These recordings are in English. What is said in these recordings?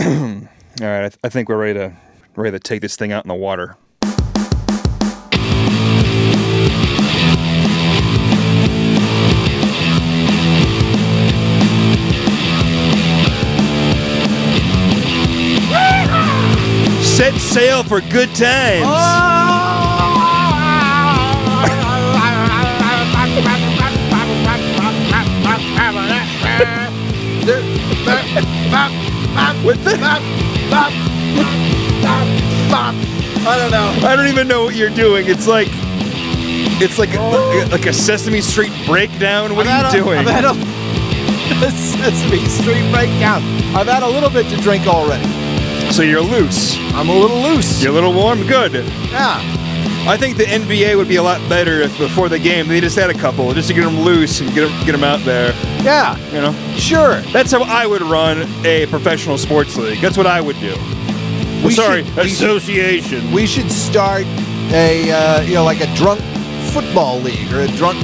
All right, I, th- I think we're ready to ready to take this thing out in the water. Set sail for good times. What the- I don't know. I don't even know what you're doing. It's like it's like like a Sesame Street breakdown. What I've are had you a- doing? I've had a Sesame Street breakdown. I've had a little bit to drink already. so you're loose. I'm a little loose. You're a little warm. Good. Yeah. I think the NBA would be a lot better if before the game they just had a couple just to get them loose and get them, get them out there. Yeah. You know, Sure. that's how I would run a professional sports league. That's what I would do. We Sorry, should- we should- association. we should start a uh, you know like a drunk football league or a drunk.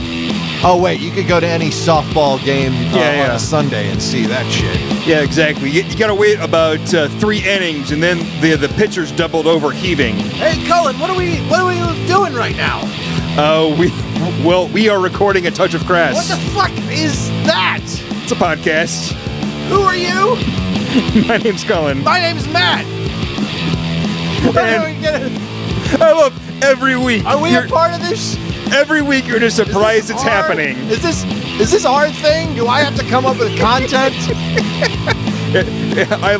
Oh wait, you could go to any softball game uh, Yeah, on yeah. a Sunday and see that shit. Yeah, exactly. You, you got to wait about uh, three innings and then the the pitcher's doubled over heaving. Hey, Cullen, what are we what are we doing right now? Uh, we well we are recording a touch of What crass. the fuck is that? it's a podcast. Who are you? My name's Colin. My name's Matt. Are we, And gonna, I love every week. are we you're- a part of this? every week you're just Is surprised this it's our- happening. Is this is this our thing? Do I have to come up with content? I,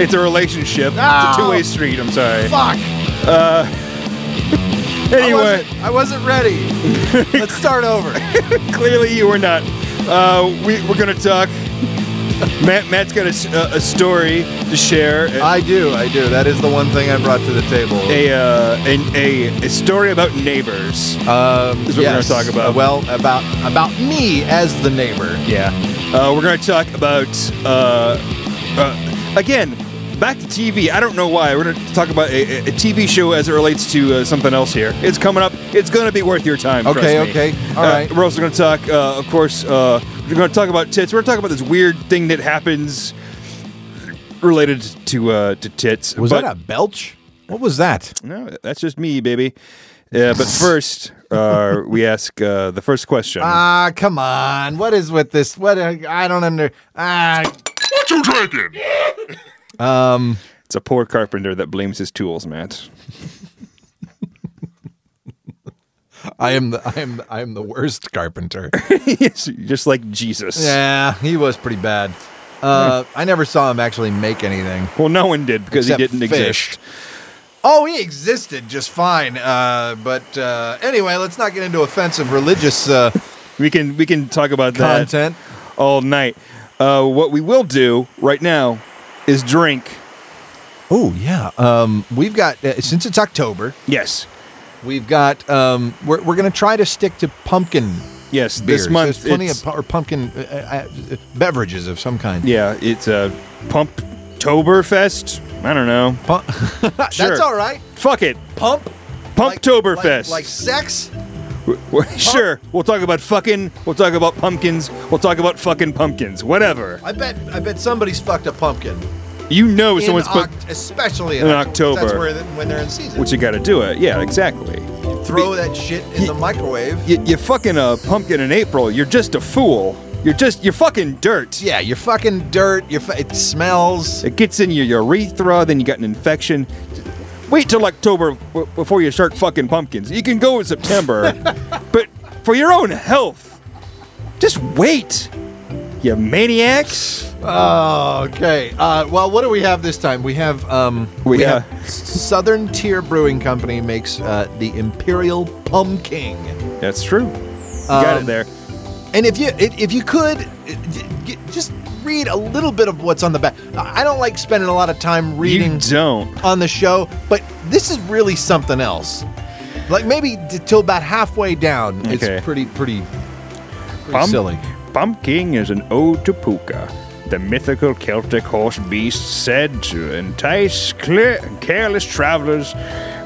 it's a relationship. It's a No. two-way street. I'm sorry. Fuck. I Anyway, wasn't, I wasn't ready. Let's start over. clearly you were not. Uh, we, we're gonna talk. Matt, Matt's got a, s- a- a story to share. A I do, I do. That is the one thing I brought to the table. a, uh, an- a, a story about neighbors. um, is what we're gonna talk about. Uh, well, about about me as the neighbor. Yeah. Uh, we're gonna talk about uh, uh, again back to TV. I don't know why. We're gonna talk about a, a- a TV show as it relates to uh, something else here. It's coming up. It's gonna be worth your time. trust Okay, me. okay. All Uh, right. We're also gonna talk, uh, of course. Uh, we're gonna talk about tits. We're gonna talk about this weird thing that happens related to uh, to tits. But- a belch? What was that? no, that's just me, baby. Yeah, but first, uh, we ask uh, the first question. Ah, come on. What is with this? What uh, I don't under. Ah, What you drinking? It's a poor carpenter that blames his tools, Matt. I am the I am the- I am the worst carpenter. Yes, just like Jesus. yeah, he was pretty bad. Uh, I never saw him actually make anything. Well, no one did because he Except didn't fish. exist. Oh, he existed just fine. Uh, but uh, anyway, let's not get into offensive religious uh, We can we can talk about that content. all night. Uh, what we will do right now is drink. Oh yeah, um, we've got uh, since it's October, Yes, we've got um, we're we're gonna try to stick to pumpkin yes. beers. This month, There's plenty it's- of pu- or pumpkin uh, uh, uh, beverages of some kind. yeah, it's a Pumptoberfest. I don't know. Pu- That's Sure. all right. Fuck it, Pump. like- Pumptoberfest. like, like sex. sure, we'll talk about fucking. We'll talk about pumpkins. We'll talk about fucking pumpkins. Whatever. I bet I bet somebody's fucked a pumpkin. You know In someone's put. Oct- especially in, in Oct- 'cause That's October. where the, when they're in season. What you got to do it? Yeah, exactly. Throw that shit in Ye- the microwave. you, you fucking a pumpkin in April. You're just a fool. You're just you're fucking dirt. Yeah, you're fucking dirt. You're fu- it smells. It gets in your urethra, then you got an infection. Wait till October w- before you start fucking pumpkins. You can go in September, but for your own health, just wait. You maniacs. Oh, okay. Uh, well, what do we have this time? We have um, We have- Southern Tier Brewing Company makes uh, the Imperial Pumpkin. That's true. You got it Um, there. And if you if if you could uh, d- g- just read a little bit of what's on the back. I I don't like spending a lot of time reading You don't. on the show, but this is really something else. Like maybe d- till about halfway down, Okay. it's pretty pretty, pretty Pump- silly. Pumpkin is an ode to Puka, the mythical Celtic horse beast said to entice clear, careless travelers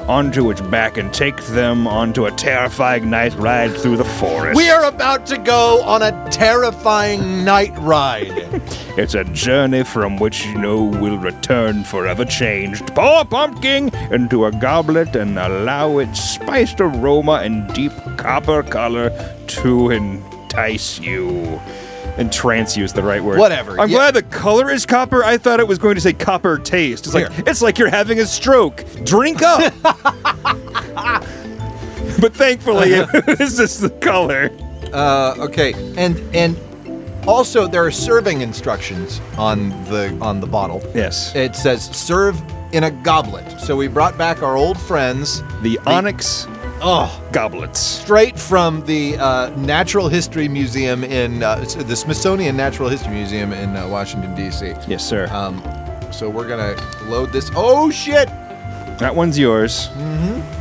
onto its back and take them onto a terrifying night ride through the forest. We are about to go on a terrifying night ride. It's a journey from which you know will return forever changed. Pour pumpkin into a goblet and allow its spiced aroma and deep copper color to entice you. Entrance you is the right word. Whatever, I'm yeah. glad the color is copper. I thought it was going to say copper taste. It's like Here. it's like you're having a stroke. Drink up. but thankfully, it's just the color. Uh, okay, and and also there are serving instructions on the on the bottle. Yes. It says serve in a goblet. So we brought back our old friends. The onyx Oh, goblets. straight from the uh, Natural History Museum in uh, s- the Smithsonian Natural History Museum in uh, Washington D.C. Yes, sir. Um, so we're gonna load this. Oh shit! That one's yours. Mm-hmm.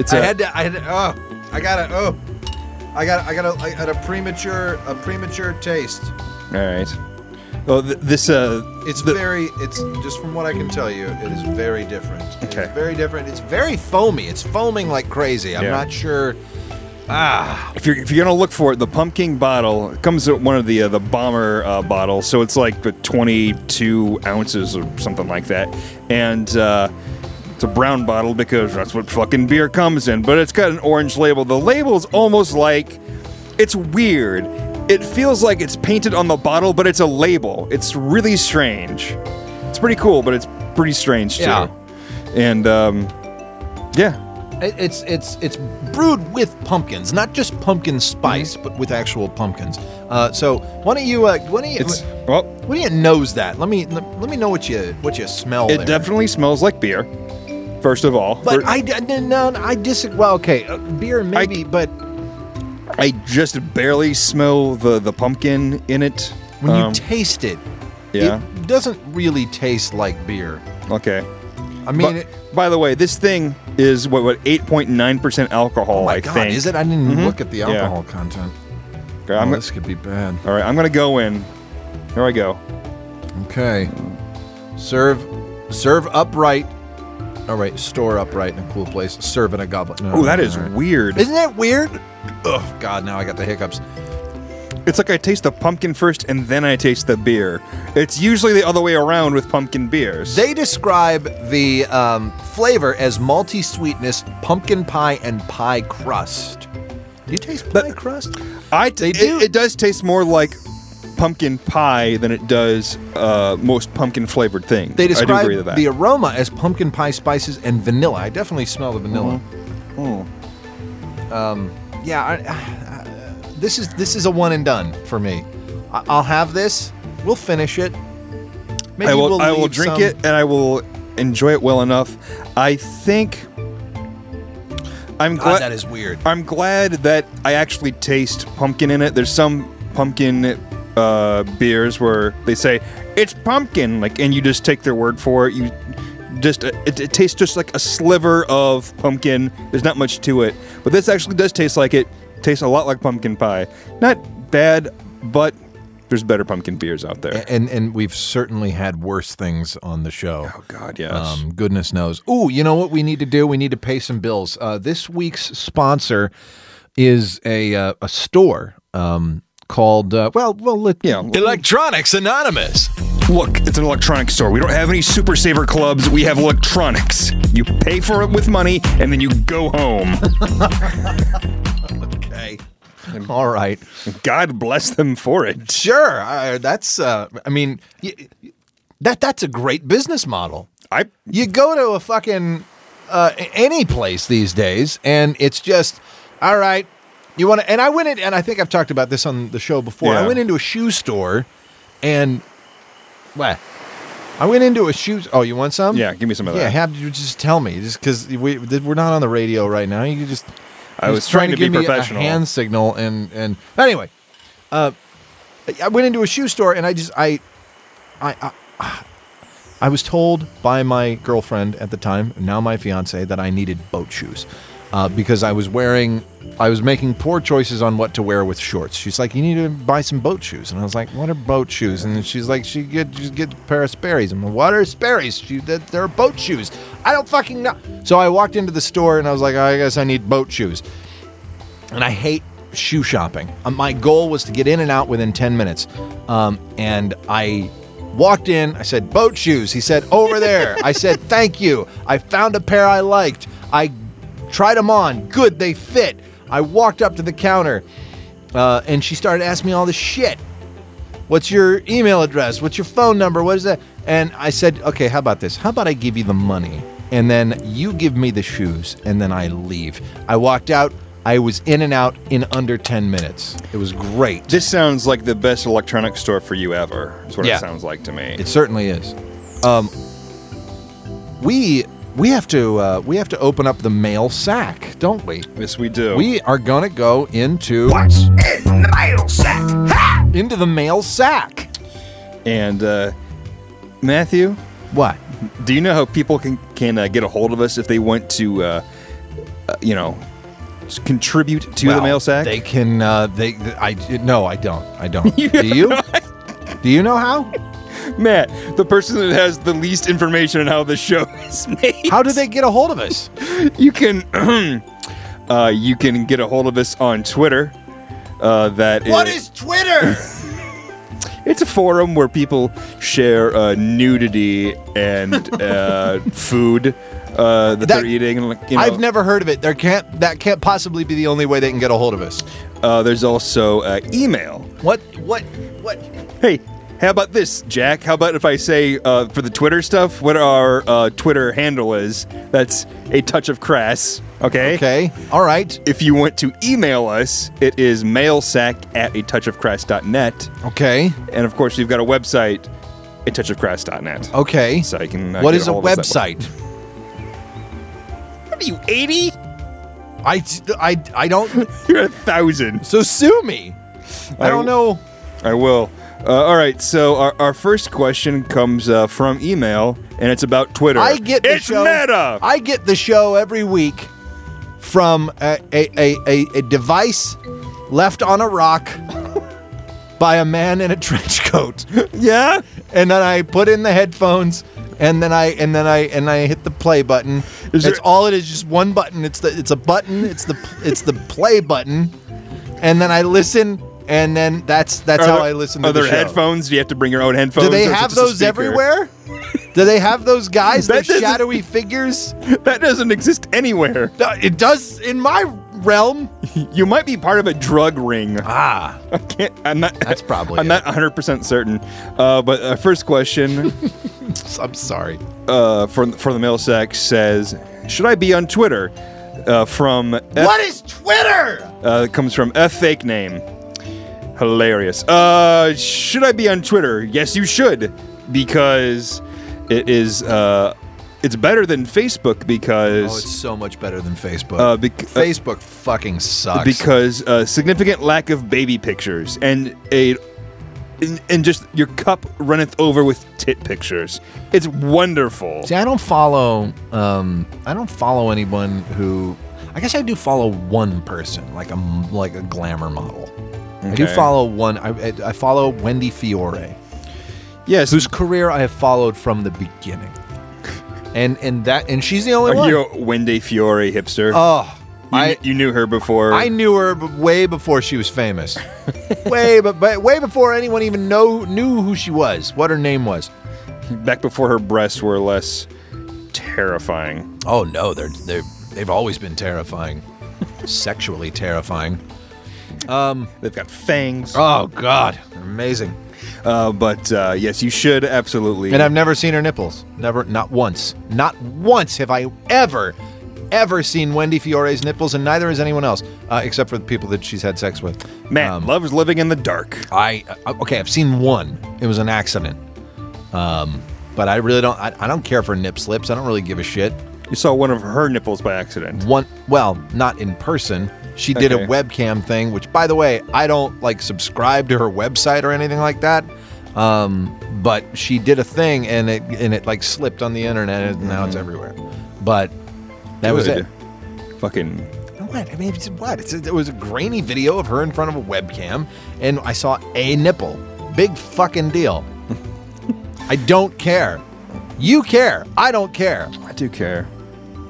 It's I a had to. I had. To, oh, I got to Oh, I got. I got a, I had a premature a premature taste. all right. Well, th- this uh, It's the- very. It's just from what I can tell you, it is very different. Okay. It's very different. It's very foamy. It's foaming like crazy. I'm Yeah. not sure. Ah. if you're if you're gonna look for it, the pumpkin bottle it comes with one of the uh, the bomber uh, bottles, so it's like the 22 ounces or something like that, and. Uh, it's a brown bottle because that's what fucking beer comes in, but it's got an orange label. The label's almost like it's weird. It feels like it's painted on the bottle, but it's a label. It's really strange. It's pretty cool, but it's pretty strange too. Yeah. And um, yeah, It- It's it's it's brewed with pumpkins, not just pumpkin Mm-hmm. spice, but with actual pumpkins. Uh, so why don't you uh, why don't you it's well, why don't you nose that? Let me let, let me know what you what you smell. it there. definitely smells like beer. First of all, But For- I, d- no, no, no, I disagree. Well, okay, uh, beer maybe, but I just barely smell the the pumpkin in it. when you Um, taste it, yeah. it doesn't really taste like beer. okay. I mean, But, it, by the way, this thing is what what 8.9% alcohol. oh my I god, think. Mm-hmm. is it? I didn't even look at the Yeah. alcohol content. Okay, Oh, I'm, this could be bad. all right, I'm gonna go in. Here I go. Okay, serve, serve upright. All right, store upright in a cool place. Serve in a goblet. No, Oh, that is all right. weird. Isn't that weird? Ugh, God, now I got the hiccups. It's like I taste the pumpkin first and then I taste the beer. It's usually the other way around with pumpkin beers. They describe the um, flavor as malty sweetness, pumpkin pie, and pie crust. Do you taste pie But- crust? I t- they it- do. It, does taste more like pumpkin pie than it does uh, most pumpkin flavored things. They I do describe agree with that. the aroma as pumpkin pie spices and vanilla. I definitely smell the vanilla. Mm-hmm. Mm. Um, yeah, I, uh, this is this is a one and done for me. I, I'll have this. We'll finish it. Maybe I will. we'll I will leave drink some- it, and I will enjoy it well enough. I think. I'm God, glad. that is weird. I'm glad that I actually taste pumpkin in it. There's some pumpkin uh, beers where they say it's pumpkin, like, and you just take their word for it. You just uh, it, it tastes just like a sliver of pumpkin. There's not much to it, but this actually does taste like it. Tastes a lot like pumpkin pie. Not bad, but there's better pumpkin beers out there. And and we've certainly had worse things on the show. Oh God, yes. Um, goodness knows. Ooh, you know what we need to do? We need to pay some bills. Uh, this week's sponsor is a uh, a store um, called uh, well, well, let, Yeah. Electronics Anonymous. Look, it's an electronics store. We don't have any super saver clubs. We have electronics. You pay for it with money and then you go home. Okay. All right. God bless them for it. Sure. Uh, that's. Uh, I mean, y- y- that that's a great business model. I You go to a fucking uh, a- any place these days, and it's just all right. You want to, and I went in, and I think I've talked about this on the show before. I Yeah. went into a shoe store, and what? I went into a shoe. Oh, you want some? yeah, give me some of that. yeah. Have you just tell me, just because we we're not on the radio right now. You could just I He's was trying to be give me professional. A hand signal and and anyway, uh, I went into a shoe store and I just I, I, I, I was told by my girlfriend at the time, now my fiance, that I needed boat shoes. uh, because I was wearing, I was making poor choices on what to wear with shorts. She's like, "You need to buy some boat shoes," and I was like, "What are boat shoes?" And she's like, "She get just get a pair of Sperry's." I'm like, "What are Sperry's?" She that they're boat shoes. I don't fucking know. So I walked into the store and I was like, "I guess I need boat shoes." and I hate shoe shopping. Uh, my goal was to get in and out within 10 minutes. Um, and I walked in, I said, boat shoes. He said, over there. I said, thank you. I found a pair I liked. I tried them on. Good, they fit. I walked up to the counter uh, and she started asking me all this shit. What's your email address? What's your phone number? What is that? And I said, okay, how about this? How about I give you the money and then you give me the shoes and then I leave? I walked out. I was in and out in under 10 minutes. It was great. This sounds like the best electronic store for you ever. Is what Yeah. it sounds like to me. It certainly is. Um, we we have to uh, we have to open up the mail sack, don't we? yes, we do. We are gonna go into What's in the mail sack? Ha! into the mail sack. and uh, Matthew, What? do you know how people can can uh, get a hold of us if they want to, uh, uh, you know, s- contribute to the Well, mail sack? They can. Uh, they. I. No, I don't. I don't. Do you? Do you know how? Matt, the person that has the least information on how the show is made. How do they get a hold of us? You can uh, you can get a hold of us on Twitter. Uh, that What is Twitter? it's a forum where people share uh, nudity and uh, food uh, that, That- they're eating. and, like, You know, I've never heard of it. There can't. That can't possibly be the only way they can get a hold of us. uh, there's also uh, email. What? What? What? Hey, how about this, Jack? How about if I say uh, for the Twitter stuff, what our uh, Twitter handle is? That's a touch of crass. Okay. Okay. All right. If you want to email us, it is mailsack at a touch of crass.net. Okay. And of course, we've got a website, a touch of crass.net. Okay. So you can. uh, Oh, What get is a hold of us that way. website? What are you, 80? I, I, I don't. You're a thousand. So sue me. I I- don't know. I will. Uh, all right, so our, our first question comes uh, from email, and it's about Twitter. I get the it's show. meta. I get the show every week from a, a, a, a, a device left on a rock by a man in a trench coat, yeah, and then I put in the headphones. And then I and then I and I hit the play button. Is it's there- all it is, just one button. It's the it's a button. It's the it's the play button. And then I listen. And then that's that's Are how there- I listen to are the there show. headphones? Do you have to bring your own headphones? Do they or is it have just a those speaker? everywhere? Do they have those guys? That Those doesn't- shadowy figures? That doesn't exist anywhere. No, It does in my realm. You might be part of a drug ring. Ah, I can't. I'm not. That's probably I'm it. not 100 percent certain. Uh, but our first question I'm sorry. uh, for for the mail sack says, "Should I be on Twitter?" Uh, from F, What is Twitter? uh, comes from F fake name. Hilarious. Uh, should I be on Twitter? Yes, you should, because it is. Uh, it's better than Facebook because. Oh, it's so much better than Facebook. uh, bec- uh, Facebook fucking sucks. because uh, significant lack of baby pictures and a and, and just your cup runneth over with tit pictures. It's wonderful. See, I don't follow. Um, I don't follow anyone who. I guess I do follow one person, like a m- like a glamour model. I do Okay. follow one. I, I- I follow Wendy Fiore. Yes, whose career I have followed from the beginning. And and that and she's the only are one. you a Wendy Fiore hipster? oh, you, I you knew her before. I knew her b- way before she was famous. way but, but way before anyone even know knew who she was, what her name was. back before her breasts were less terrifying. Oh no, they're they they've always been terrifying. Sexually terrifying. They've got fangs. Oh god, amazing. Uh, but uh, yes, you should absolutely. And I've never seen her nipples. Never not once. Not once have I ever ever seen Wendy Fiore's nipples and neither has anyone else uh, except for the people that she's had sex with. Matt um, loves living in the dark. I uh, okay. I've seen one. It was an accident. Um, but I really don't. I, I don't care for nip slips. I don't really give a shit. You saw one of her nipples by accident. One. Well, not in person. She did a Okay. webcam thing, which, by the way, I don't like subscribe to her website or anything like that. Um, but she did a thing, and it and it like slipped on the internet, and now it's everywhere. But that was Mm-hmm. Good. it. fucking What? I mean, it's, what? It's it was a grainy video of her in front of a webcam, and I saw a nipple. Big fucking deal. I don't care. You care. I don't care. I do care.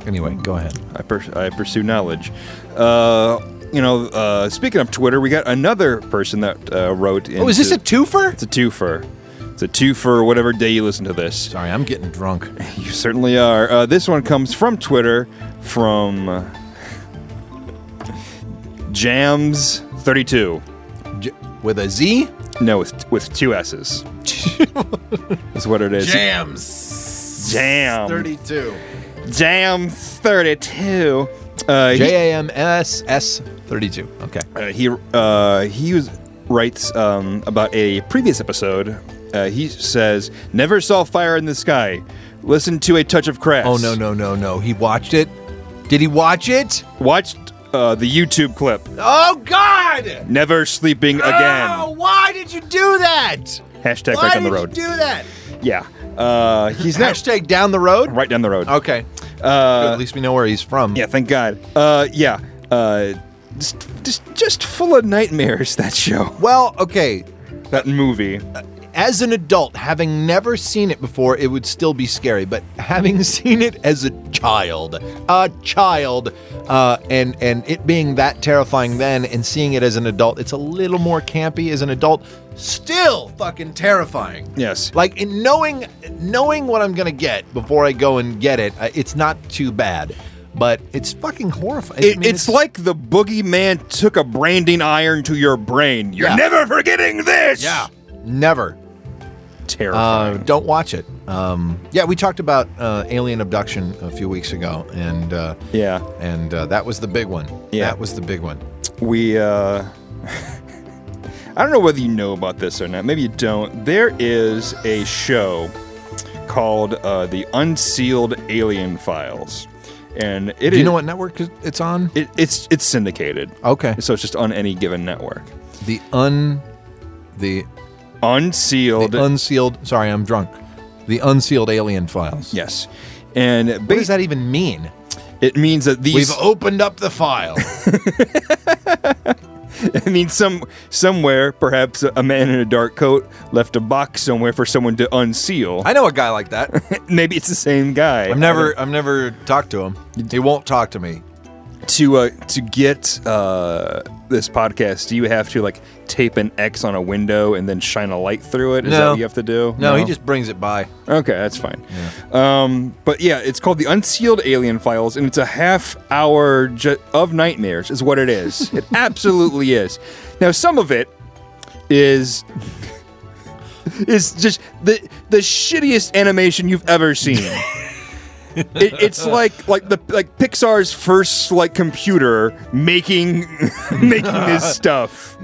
Anyway, go ahead. I, pers- I pursue knowledge. Uh, you know, uh, speaking of Twitter, we got another person that uh, wrote. Into, Oh, is this a twofer? It's a twofer. It's a twofer. Whatever day you listen to this, Sorry, I'm getting drunk. you certainly are. Uh, this one comes from Twitter from uh, Jams thirty two. J- with a Z? No, with with two S's. That's what it is. Jams. Jam. 32. Jam thirty two. Uh, he- J A M S S 32. Okay. Uh, he uh, he was, writes um, about a previous episode. Uh, he says, "Never saw fire in the sky. Listen to a touch of crash." Oh, no, no, no, no. He watched it. Did he watch it? Watched uh, the YouTube clip. Oh, God! Never sleeping Oh, again. why did you do that? Hashtag Why right down the did road. you do that? yeah. Uh, he's not Hashtag down the road? right down the road. Okay. Uh, At least we know where he's from. Yeah, thank God. Uh, yeah. Uh, just, just just full of nightmares. That show. Well, okay. That movie. As an adult, having never seen it before, it would still be scary. But having seen it as a child, a child, uh, and and it being that terrifying then, and seeing it as an adult, it's a little more campy as an adult. Still fucking terrifying. Yes. Like in knowing knowing what I'm gonna get before I go and get it, uh, it's not too bad, but it's fucking horrifying. I It, mean, it's, like the boogeyman took a branding iron to your brain. You're Yeah. never forgetting this. yeah, never. Uh, terrifying. don't watch it. Um, yeah, we talked about uh, alien abduction a few weeks ago, and uh, yeah, and uh, that was the big one. Yeah. that was the big one. we. Uh, I don't know whether you know about this or not. Maybe you don't. There is a show called uh, the Unsealed Alien Files, and it Do is- you know what network is- it's on? It, it's it's syndicated, Okay, so it's just on any given network. the un, the Unsealed. unsealed. Sorry, I'm drunk. The unsealed alien files. yes, and What does bas- that even mean? it means that these We've opened up the file. I mean, some somewhere, perhaps a man in a dark coat left a box somewhere for someone to unseal. I know a guy like that. Maybe it's the same guy. I've never, I've never talked to him. He won't talk to me. to uh, to get uh, this podcast. Do you have to like tape an X on a window and then shine a light through it? Is that No. what you have to do? No, he just brings it by. Okay, that's fine. Um, but yeah, it's called the Unsealed Alien Files, and it's a half hour ju- of nightmares, is what it is. it absolutely is. Now, some of it is is just the the shittiest animation you've ever seen. it, it's like like the like Pixar's first like computer making making this stuff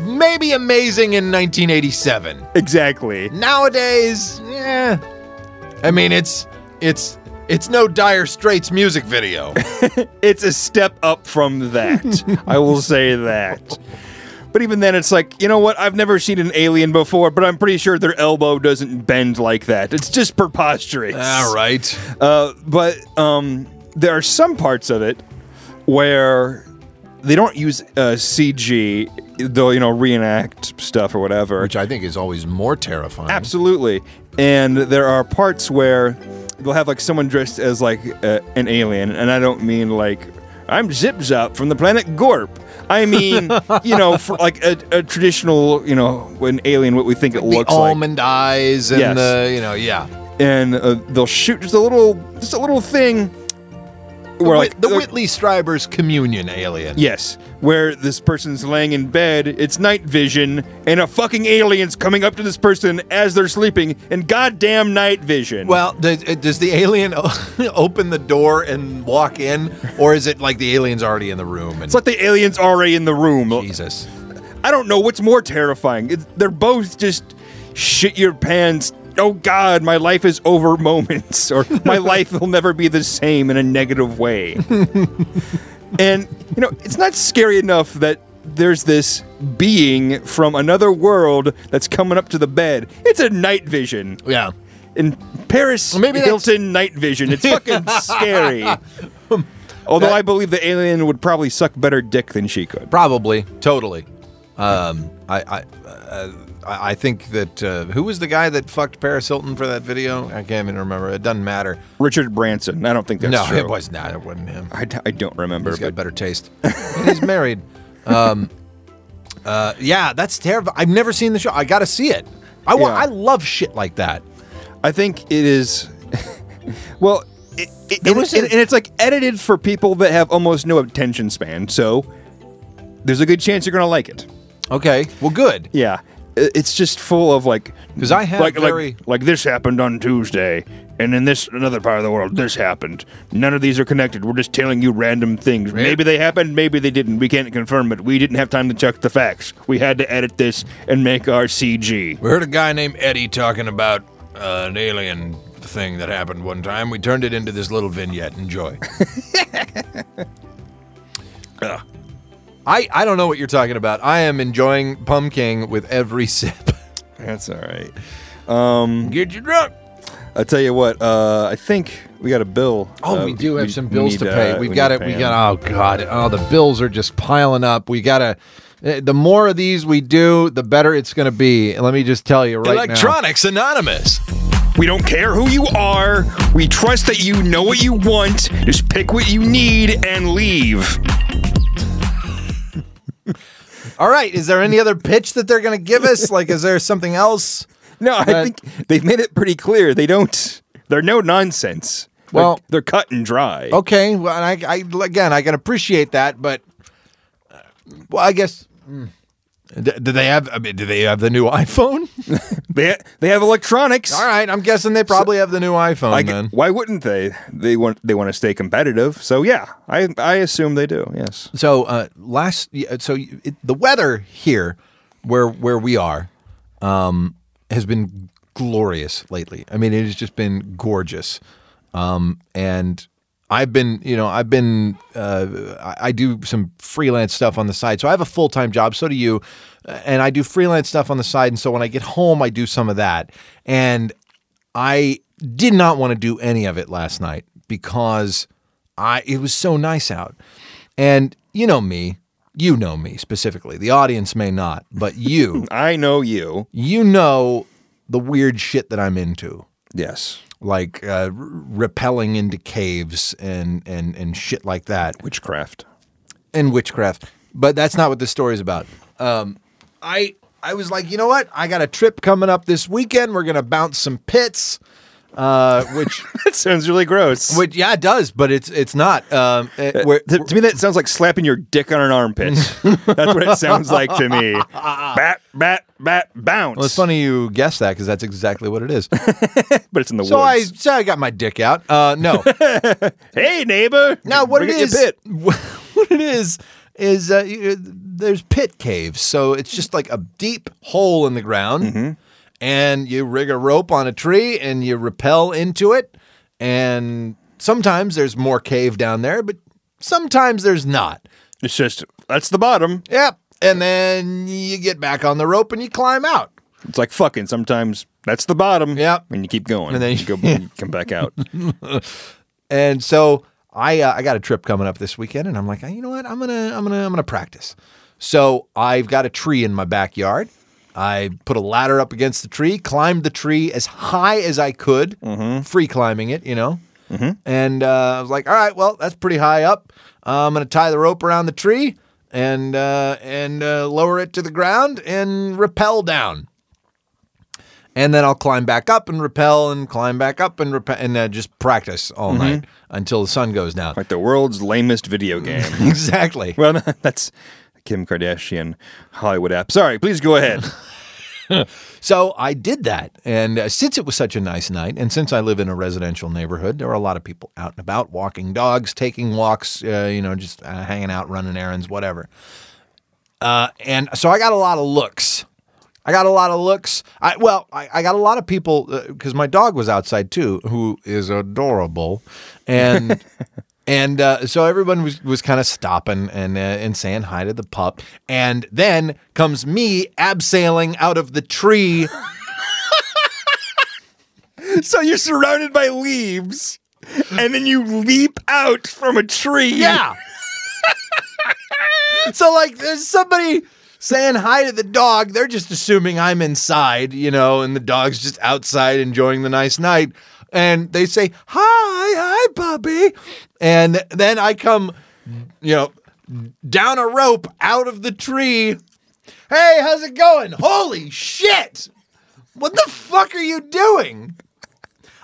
Maybe amazing in 1987. exactly. nowadays, eh, I mean it's it's it's no Dire Straits music video. it's a step up from that. I will say that. But even then, it's like, you know what? I've never seen an alien before, but I'm pretty sure their elbow doesn't bend like that. It's just preposterous. All right. Uh, but um, there are some parts of it where they don't use uh, CG. They'll, you know, reenact stuff or whatever. Which I think is always more terrifying. Absolutely. And there are parts where they'll have like someone dressed as like uh, an alien, and I don't mean like I'm Zip Zop from the planet Gorp. I mean, you know, for like a, a traditional, you know, an alien, what we think it The looks like almond eyes and Yes. the you know yeah. and uh, they'll shoot just a little, just a little thing. The, Where Whit- like the they'll- Whitley Strieber's communion alien. yes, where this person's laying in bed, it's night vision, and a fucking alien's coming up to this person as they're sleeping, and goddamn night vision. Well, does, uh, does the alien o- open the door and walk in, or is it like the alien's already in the room? And It's like the aliens already in the room. Jesus. I don't know what's more terrifying. It's, they're both just shit your pants. Oh God, my life is over moments, or my life will never be the same in a negative way. and you know, it's not scary enough that there's this being from another world that's coming up to the bed. It's a night vision Yeah. in Paris maybe that's- Um, Hilton night vision. It's fucking scary. Although That- I believe the alien would probably suck better dick than she could. Probably, totally. Um, I, I, uh, I I think that uh, who was the guy that fucked Paris Hilton for that video? I can't even remember. It doesn't matter. Richard Branson. I don't think that's no, true. it was not. It wasn't him. I, d- I don't remember. He's got But better taste. And he's married. Um, uh, yeah, that's terrible. I've never seen the show. I got to see it. I want. Yeah. I love shit like that. I think it is. well, it, it, and, was and- a- and it's like edited for people that have almost no attention span. So there's a good chance you're gonna like it. Okay. Well, good. Yeah, I- it's just full of like 'Cause I have like, very- like like this happened on Tuesday, and in this another part of the world this happened. None of these are connected. We're just telling you random things. Maybe they happened, maybe they didn't. We can't confirm it. We didn't have time to check the facts. We had to edit this and make our CG. We heard a guy named Eddie talking about uh, an alien thing that happened one time. We turned it into this little vignette. Enjoy. Ugh. I, I don't know what you're talking about. I am enjoying pumpkin with every sip. That's all right. Get you drunk. I tell you what, uh, I think we got a bill. Oh, Uh, we do have some we bills need, to pay. uh, We've need got to it. pay We 'em. got. Oh God. Oh, the bills are just piling up. We gotta. eh, The more of these we do, the better it's gonna be. And Let me just tell you right Electronics Anonymous. We don't care who you are. We trust that you know what you want. Just pick what you need and leave. now. All right. Is there any other pitch that they're gonna give us? Like, is there something else? No, I But- think they've made it pretty clear. They don't. They're no nonsense. They're- Well- oh. they're cut and dry. Okay. Well, and I, I again, I can appreciate that, but uh, well, I guess. mm. D- Do they have? I mean, do they have the new iPhone? They ha- they have electronics. All right, I'm guessing they probably have the new iPhone. Like, then why wouldn't they? They want they want to stay competitive. So yeah, I I assume they do. Yes. So uh, last, yeah, so it, the weather here, where where we are, um, has been glorious lately. I mean, it has just been gorgeous, um, and I've been, you know, I've been, uh, I, I do some freelance stuff on the side. So I have a full time job. So do you, Uh, and I do freelance stuff on the side. And so when I get home, I do some of that, and I did not want to do any of it last night because I it was so nice out. And you know me, you know me specifically. The audience may not, but you, I know you. you know the weird shit that I'm into. Yes. Like uh, r- rappelling into caves and and and shit like that Witchcraft. and witchcraft. But that's not what this story is about. Um, I I was like, you know what? I got a trip coming up this weekend. We're gonna bounce some pits, uh, which That sounds really gross. Which yeah, it does, but it's it's not. Um, it- we're- to, to me, that sounds like slapping your dick on an armpit. That's what it sounds like to me. Bat, bat, bat, bounce. well, it's funny you guessed that because that's exactly what it is. but it's in the So I woods. so I got my dick out. Uh, no, hey, neighbor. now what Bring it out your is, pit. what it is is uh, you- there's pit caves. So it's just like a deep hole in the ground, Mm-hmm. and you rig a rope on a tree and you rappel into it. And sometimes there's more cave down there, but sometimes there's not. It's just that's the bottom. Yep. And then you get back on the rope and you climb out. It's like fucking. Sometimes that's the bottom. Yep. And you keep going. And then you go you come back out. And so I uh, I got a trip coming up this weekend, and I'm like, "Uh, you know what? I'm gonna I'm gonna I'm gonna practice. So I've got a tree in my backyard. I put a ladder up against the tree, climbed the tree as high as I could, free climbing it, you know. And uh, I was like, all right, well, that's pretty high up. Uh, I'm gonna tie the rope around the tree and uh, and uh, lower it to the ground and rappel down and then I'll climb back up and rappel and climb back up and rappel and uh, just practice all night until the sun goes down. like the world's lamest video game. exactly. well, that's Kim Kardashian Hollywood app. Sorry. Please go ahead. So I did that, and uh, since it was such a nice night, and since I live in a residential neighborhood, there are a lot of people out and about, walking dogs, taking walks, uh, you know, just uh, hanging out, running errands, whatever. Uh, and so I got a lot of looks. I got a lot of looks. I well, I, I got a lot of people because my dog was outside too, who is adorable, and and uh, so everyone was was kind of stopping and uh, and saying hi to the pup, and then comes me abseiling out of the tree. so you're surrounded by leaves, and then you leap out from a tree. Yeah. so like there's somebody saying hi to the dog. They're just assuming I'm inside, you know, and the dog's just outside enjoying the nice night. And they say, Hi, hi, puppy. And then I come, you know, down a rope out of the tree. Hey, how's it going? Holy shit! What the fuck are you doing?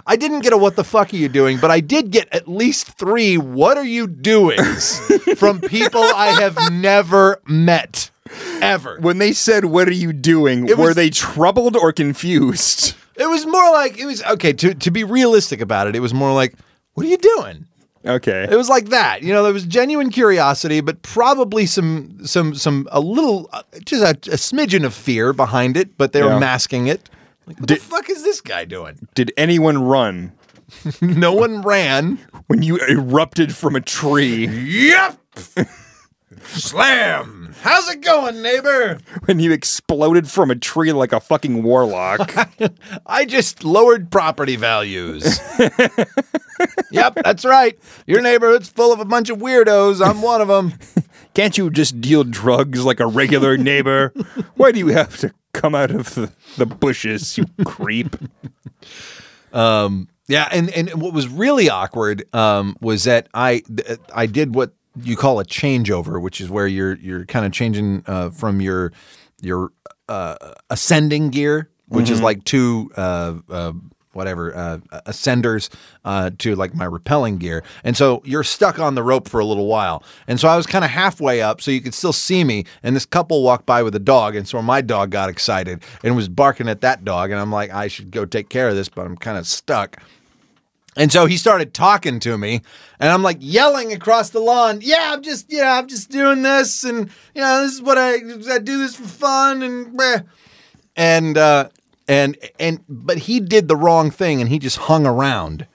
I didn't get a what the fuck are you doing, but I did get at least three what are you doings from people I have never met ever. When they said, "What are you doing?" It were was- they troubled or confused? It was more like it was okay to to be realistic about it. It was more like what are you doing? Okay. It was like that. You know, there was genuine curiosity, but probably some some some a little uh, just a, a smidgen of fear behind it, but they Yeah. were masking it. Like, what Did- the fuck is this guy doing? Did anyone run No one ran. when you erupted from a tree? Yep. Slam. How's it going, neighbor? When you exploded from a tree like a fucking warlock? I just lowered property values. yep, that's right. Your neighborhood's full of a bunch of weirdos. I'm one of them. Can't you just deal drugs like a regular neighbor? Why do you have to come out of the, the bushes, you creep? Yeah, and and what was really awkward um, was that I th- I did what you call a changeover, which is where you're you're kind of changing uh, from your your uh, ascending gear, which is like two uh, uh, whatever uh, ascenders uh, to like my repelling gear, and so you're stuck on the rope for a little while, and so I was kind of halfway up, so you could still see me, and this couple walked by with a dog, and so my dog got excited and was barking at that dog, and I'm like, I should go take care of this, but I'm kind of stuck. And so he started talking to me, and I'm like yelling across the lawn. Yeah, I'm just, you know, I'm just doing this, and you know, this is what I, I do this for fun, and bleh. and uh, and and, but he did the wrong thing, and he just hung around,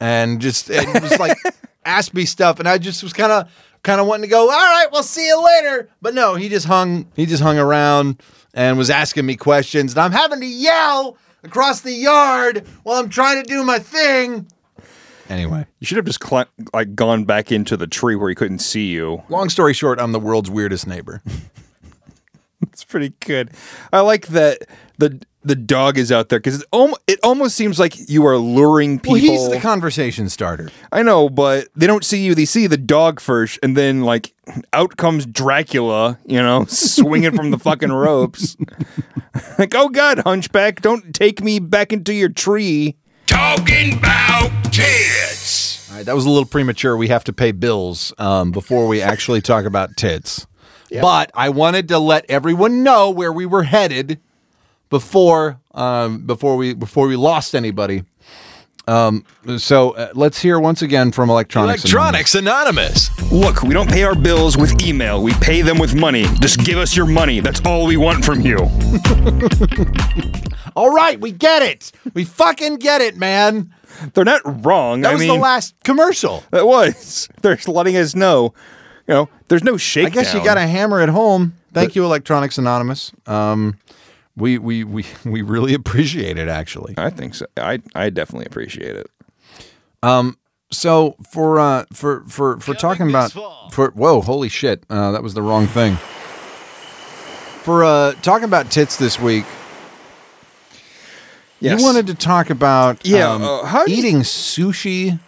and just and was like asked me stuff, and I just was kind of kind of wanting to go. All right, we'll see you later, but no, he just hung, he just hung around, and was asking me questions, and I'm having to yell across the yard while I'm trying to do my thing. Anyway, You should have just cli- like gone back into the tree where he couldn't see you. long story short, I'm the world's weirdest neighbor. It's pretty good. I like that the the dog is out there because it, almo- it almost seems like you are luring people. Well, he's the conversation starter. I know, but they don't see you. They see the dog first, and then like out comes Dracula, you know, swinging from the fucking ropes. like, oh god, hunchback, don't take me back into your tree. Talking about kids. All right, that was a little premature. We have to pay bills um, before we actually talk about tits. But I wanted to let everyone know where we were headed before um, before we before we lost anybody. Um, so uh, let's hear once again from Electronics. Electronics Anonymous. Look, we don't pay our bills with email. We pay them with money. Just give us your money. That's all we want from you. Anonymous. All right, we get it. We fucking get it, man. They're not wrong. That I was mean, the last commercial. That was. They're letting us know. You know, there's no shakedown. I guess you got to hammer it home. Thank you, Electronics Anonymous. Um, we, we we we really appreciate it, actually. I think so. I I definitely appreciate it. So for uh, for for for talking about for whoa, holy shit, uh, that was the wrong thing. For uh, talking about tits this week, Yes. you wanted to talk about Yeah, um, uh, how do you- eating sushi.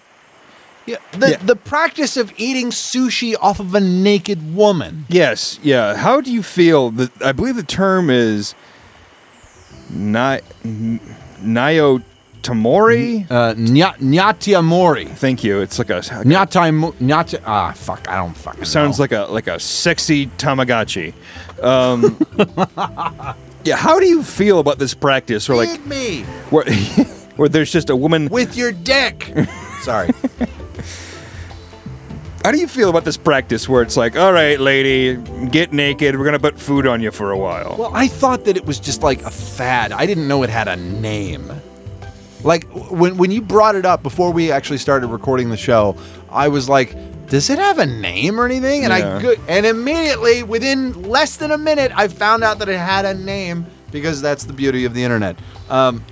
Yeah, the Yeah. the practice of eating sushi off of a naked woman. Yes. Yeah. How do you feel? The, I believe the term is ni- n- Nayotomori. Uh, nya, nyatamori. Thank you. It's like a Nyatai nyata ah fuck I don't fucking sounds know. like a like a sexy Tamagotchi. Um, yeah. How do you feel about this practice? Or like Feed me where, where there's just a woman with your dick. Sorry. How do you feel about this practice where it's like, all right, lady, get naked. We're going to put food on you for a while? Well, I thought that it was just like a fad. I didn't know it had a name. Like w- when when you brought it up before we actually started recording the show, I was like, does it have a name or anything? And Yeah. I go- and immediately within less than a minute, I found out that it had a name because that's the beauty of the internet. Um,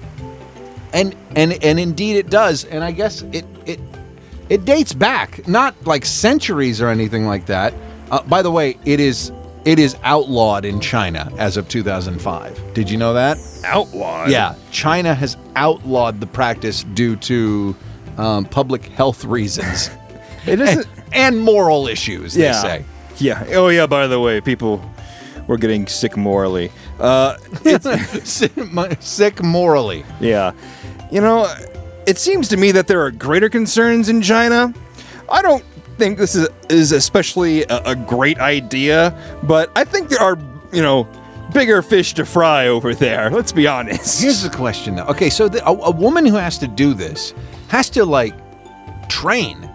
and and and indeed it does. And I guess it it It dates back, not like centuries or anything like that. Uh, by the way, it is it is outlawed in China as of 2005. Did you know that? Outlawed. Yeah, China has outlawed the practice due to um, public health reasons It and, isn't. and moral issues. yeah. They say. Yeah. Oh yeah. By the way, people were getting sick morally. Uh, sick morally. yeah. You know, it seems to me that there are greater concerns in China. I don't think this is is especially a, a great idea, but I think there are you know bigger fish to fry over there. Let's be honest. Here's the question, though. Okay, so the, a, a woman who has to do this has to like train.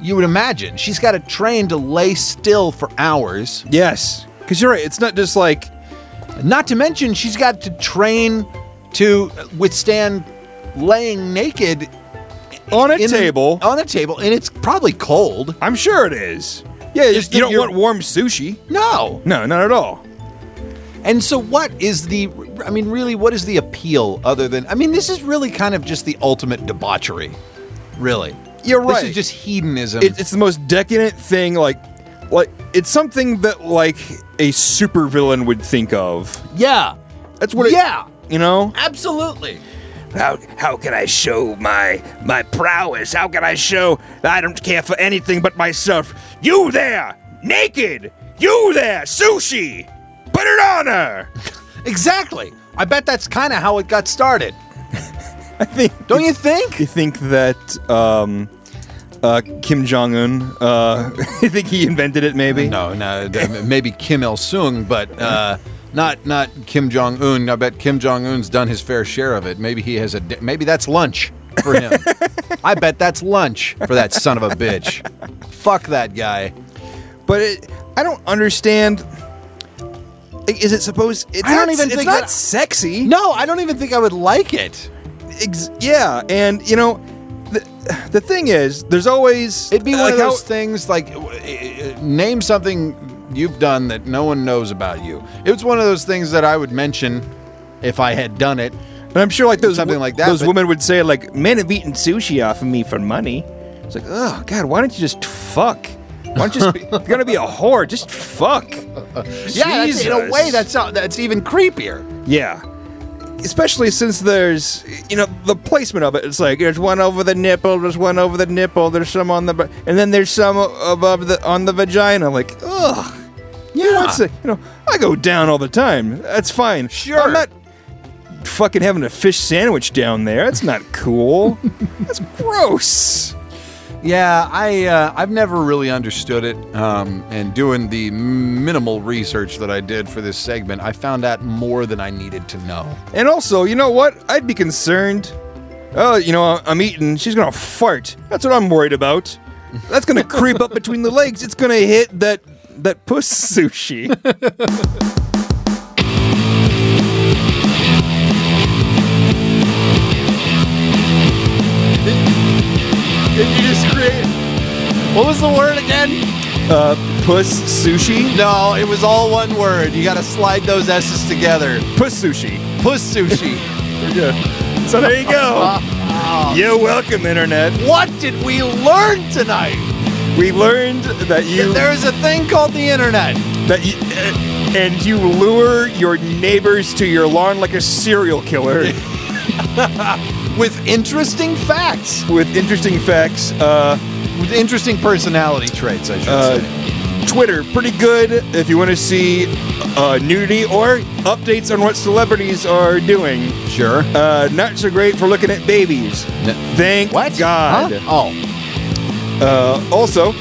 You would imagine she's got to train to lay still for hours. yes, because you're right. It's not just like Not to mention she's got to train to withstand laying naked on a in the- Oh. table. on a table, and it's probably cold. I'm sure it is. Yeah, Just you that don't you're- want warm sushi. No. No, not at all. And so, what is the? I mean, really, what is the appeal other than? I mean, this is really kind of just the ultimate debauchery. Really, You're This right. is just hedonism. It, it's the most decadent thing. Like, like it's something that like a supervillain would think of. yeah. That's what. It, Yeah. you know. Absolutely. How how can I show my my prowess? How can I show that I don't care for anything but myself? You there, naked. You there, sushi. Put it on her. Exactly. I bet that's kind of how it got started. I think. Don't you think? You think that um, uh, Kim Jong Un? Uh, you think he invented it? Maybe. No, no. th- Maybe Kim Il Sung, but uh, not not Kim Jong Un. I bet Kim Jong Un's done his fair share of it. Maybe he has a. di- Maybe that's lunch for him. I bet that's lunch for that son of a bitch. Fuck that guy. but it, I don't understand. I- Is it supposed? It's I don't not- even It's think not that- sexy. No, I don't even think I would like it. Ex- yeah, and you know, the, the thing is, there's always uh, It'd be one like of those how- things Uh, like w- eh, eh, name something you've done that no one knows about you. It was one of those things that I would mention if I had done it. and I'm sure like those something wo- like that, Those but- women would say like, "Men have eaten sushi off of me for money." It's like, oh god, why don't you just fuck? Why don't you? Just be, you're gonna be a whore. Just fuck. Yeah, that's, in a Jesus. way, that's not, that's even creepier. Yeah. Especially since there's, you know, the placement of it. It's like there's one over the nipple, there's one over the nipple, there's some on the, bu- and then there's some o- above the on the vagina. Like, ugh. Yeah. That's a, you know, I go down all the time. That's fine. Sure. I'm not fucking having a fish sandwich down there. That's not cool. That's gross. Yeah, I uh, I've never really understood it. Um, and doing the minimal research that I did for this segment, I found out more than I needed to know. And also, you know what? I'd be concerned. Oh, you know, I- I'm eating. She's gonna fart. That's what I'm worried about. That's gonna creep up between the legs. It's gonna hit that that puss sushi. Did you just create? What was the word again? Uh, puss sushi. No, it was all one word. You got to slide those s's together. Puss sushi. Puss sushi. Yeah. So there you go. You're welcome, internet. what did we learn tonight? We learned that you There is a thing called the internet. that you, uh, and you lure your neighbors to your lawn like a serial killer. with interesting facts, with interesting facts. Uh, with interesting personality traits, I should say. Uh, Twitter, pretty good if you want to see uh, nudity or updates on what celebrities are doing. Sure. Uh, not so great for looking at babies. No. Thank what? God. Huh? Oh, Uh, also,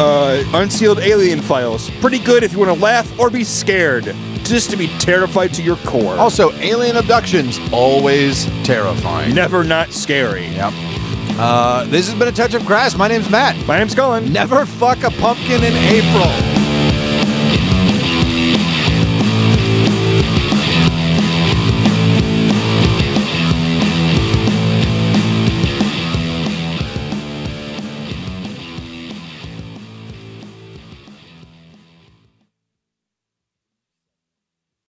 uh, unsealed alien files, pretty good if you want to laugh or be scared, just to be terrified to your core. also alien abductions always terrifying. never not scary. Yep. Uh, this has been a touch of grass. My name's Matt. My name's Colin. Never fuck a pumpkin in April.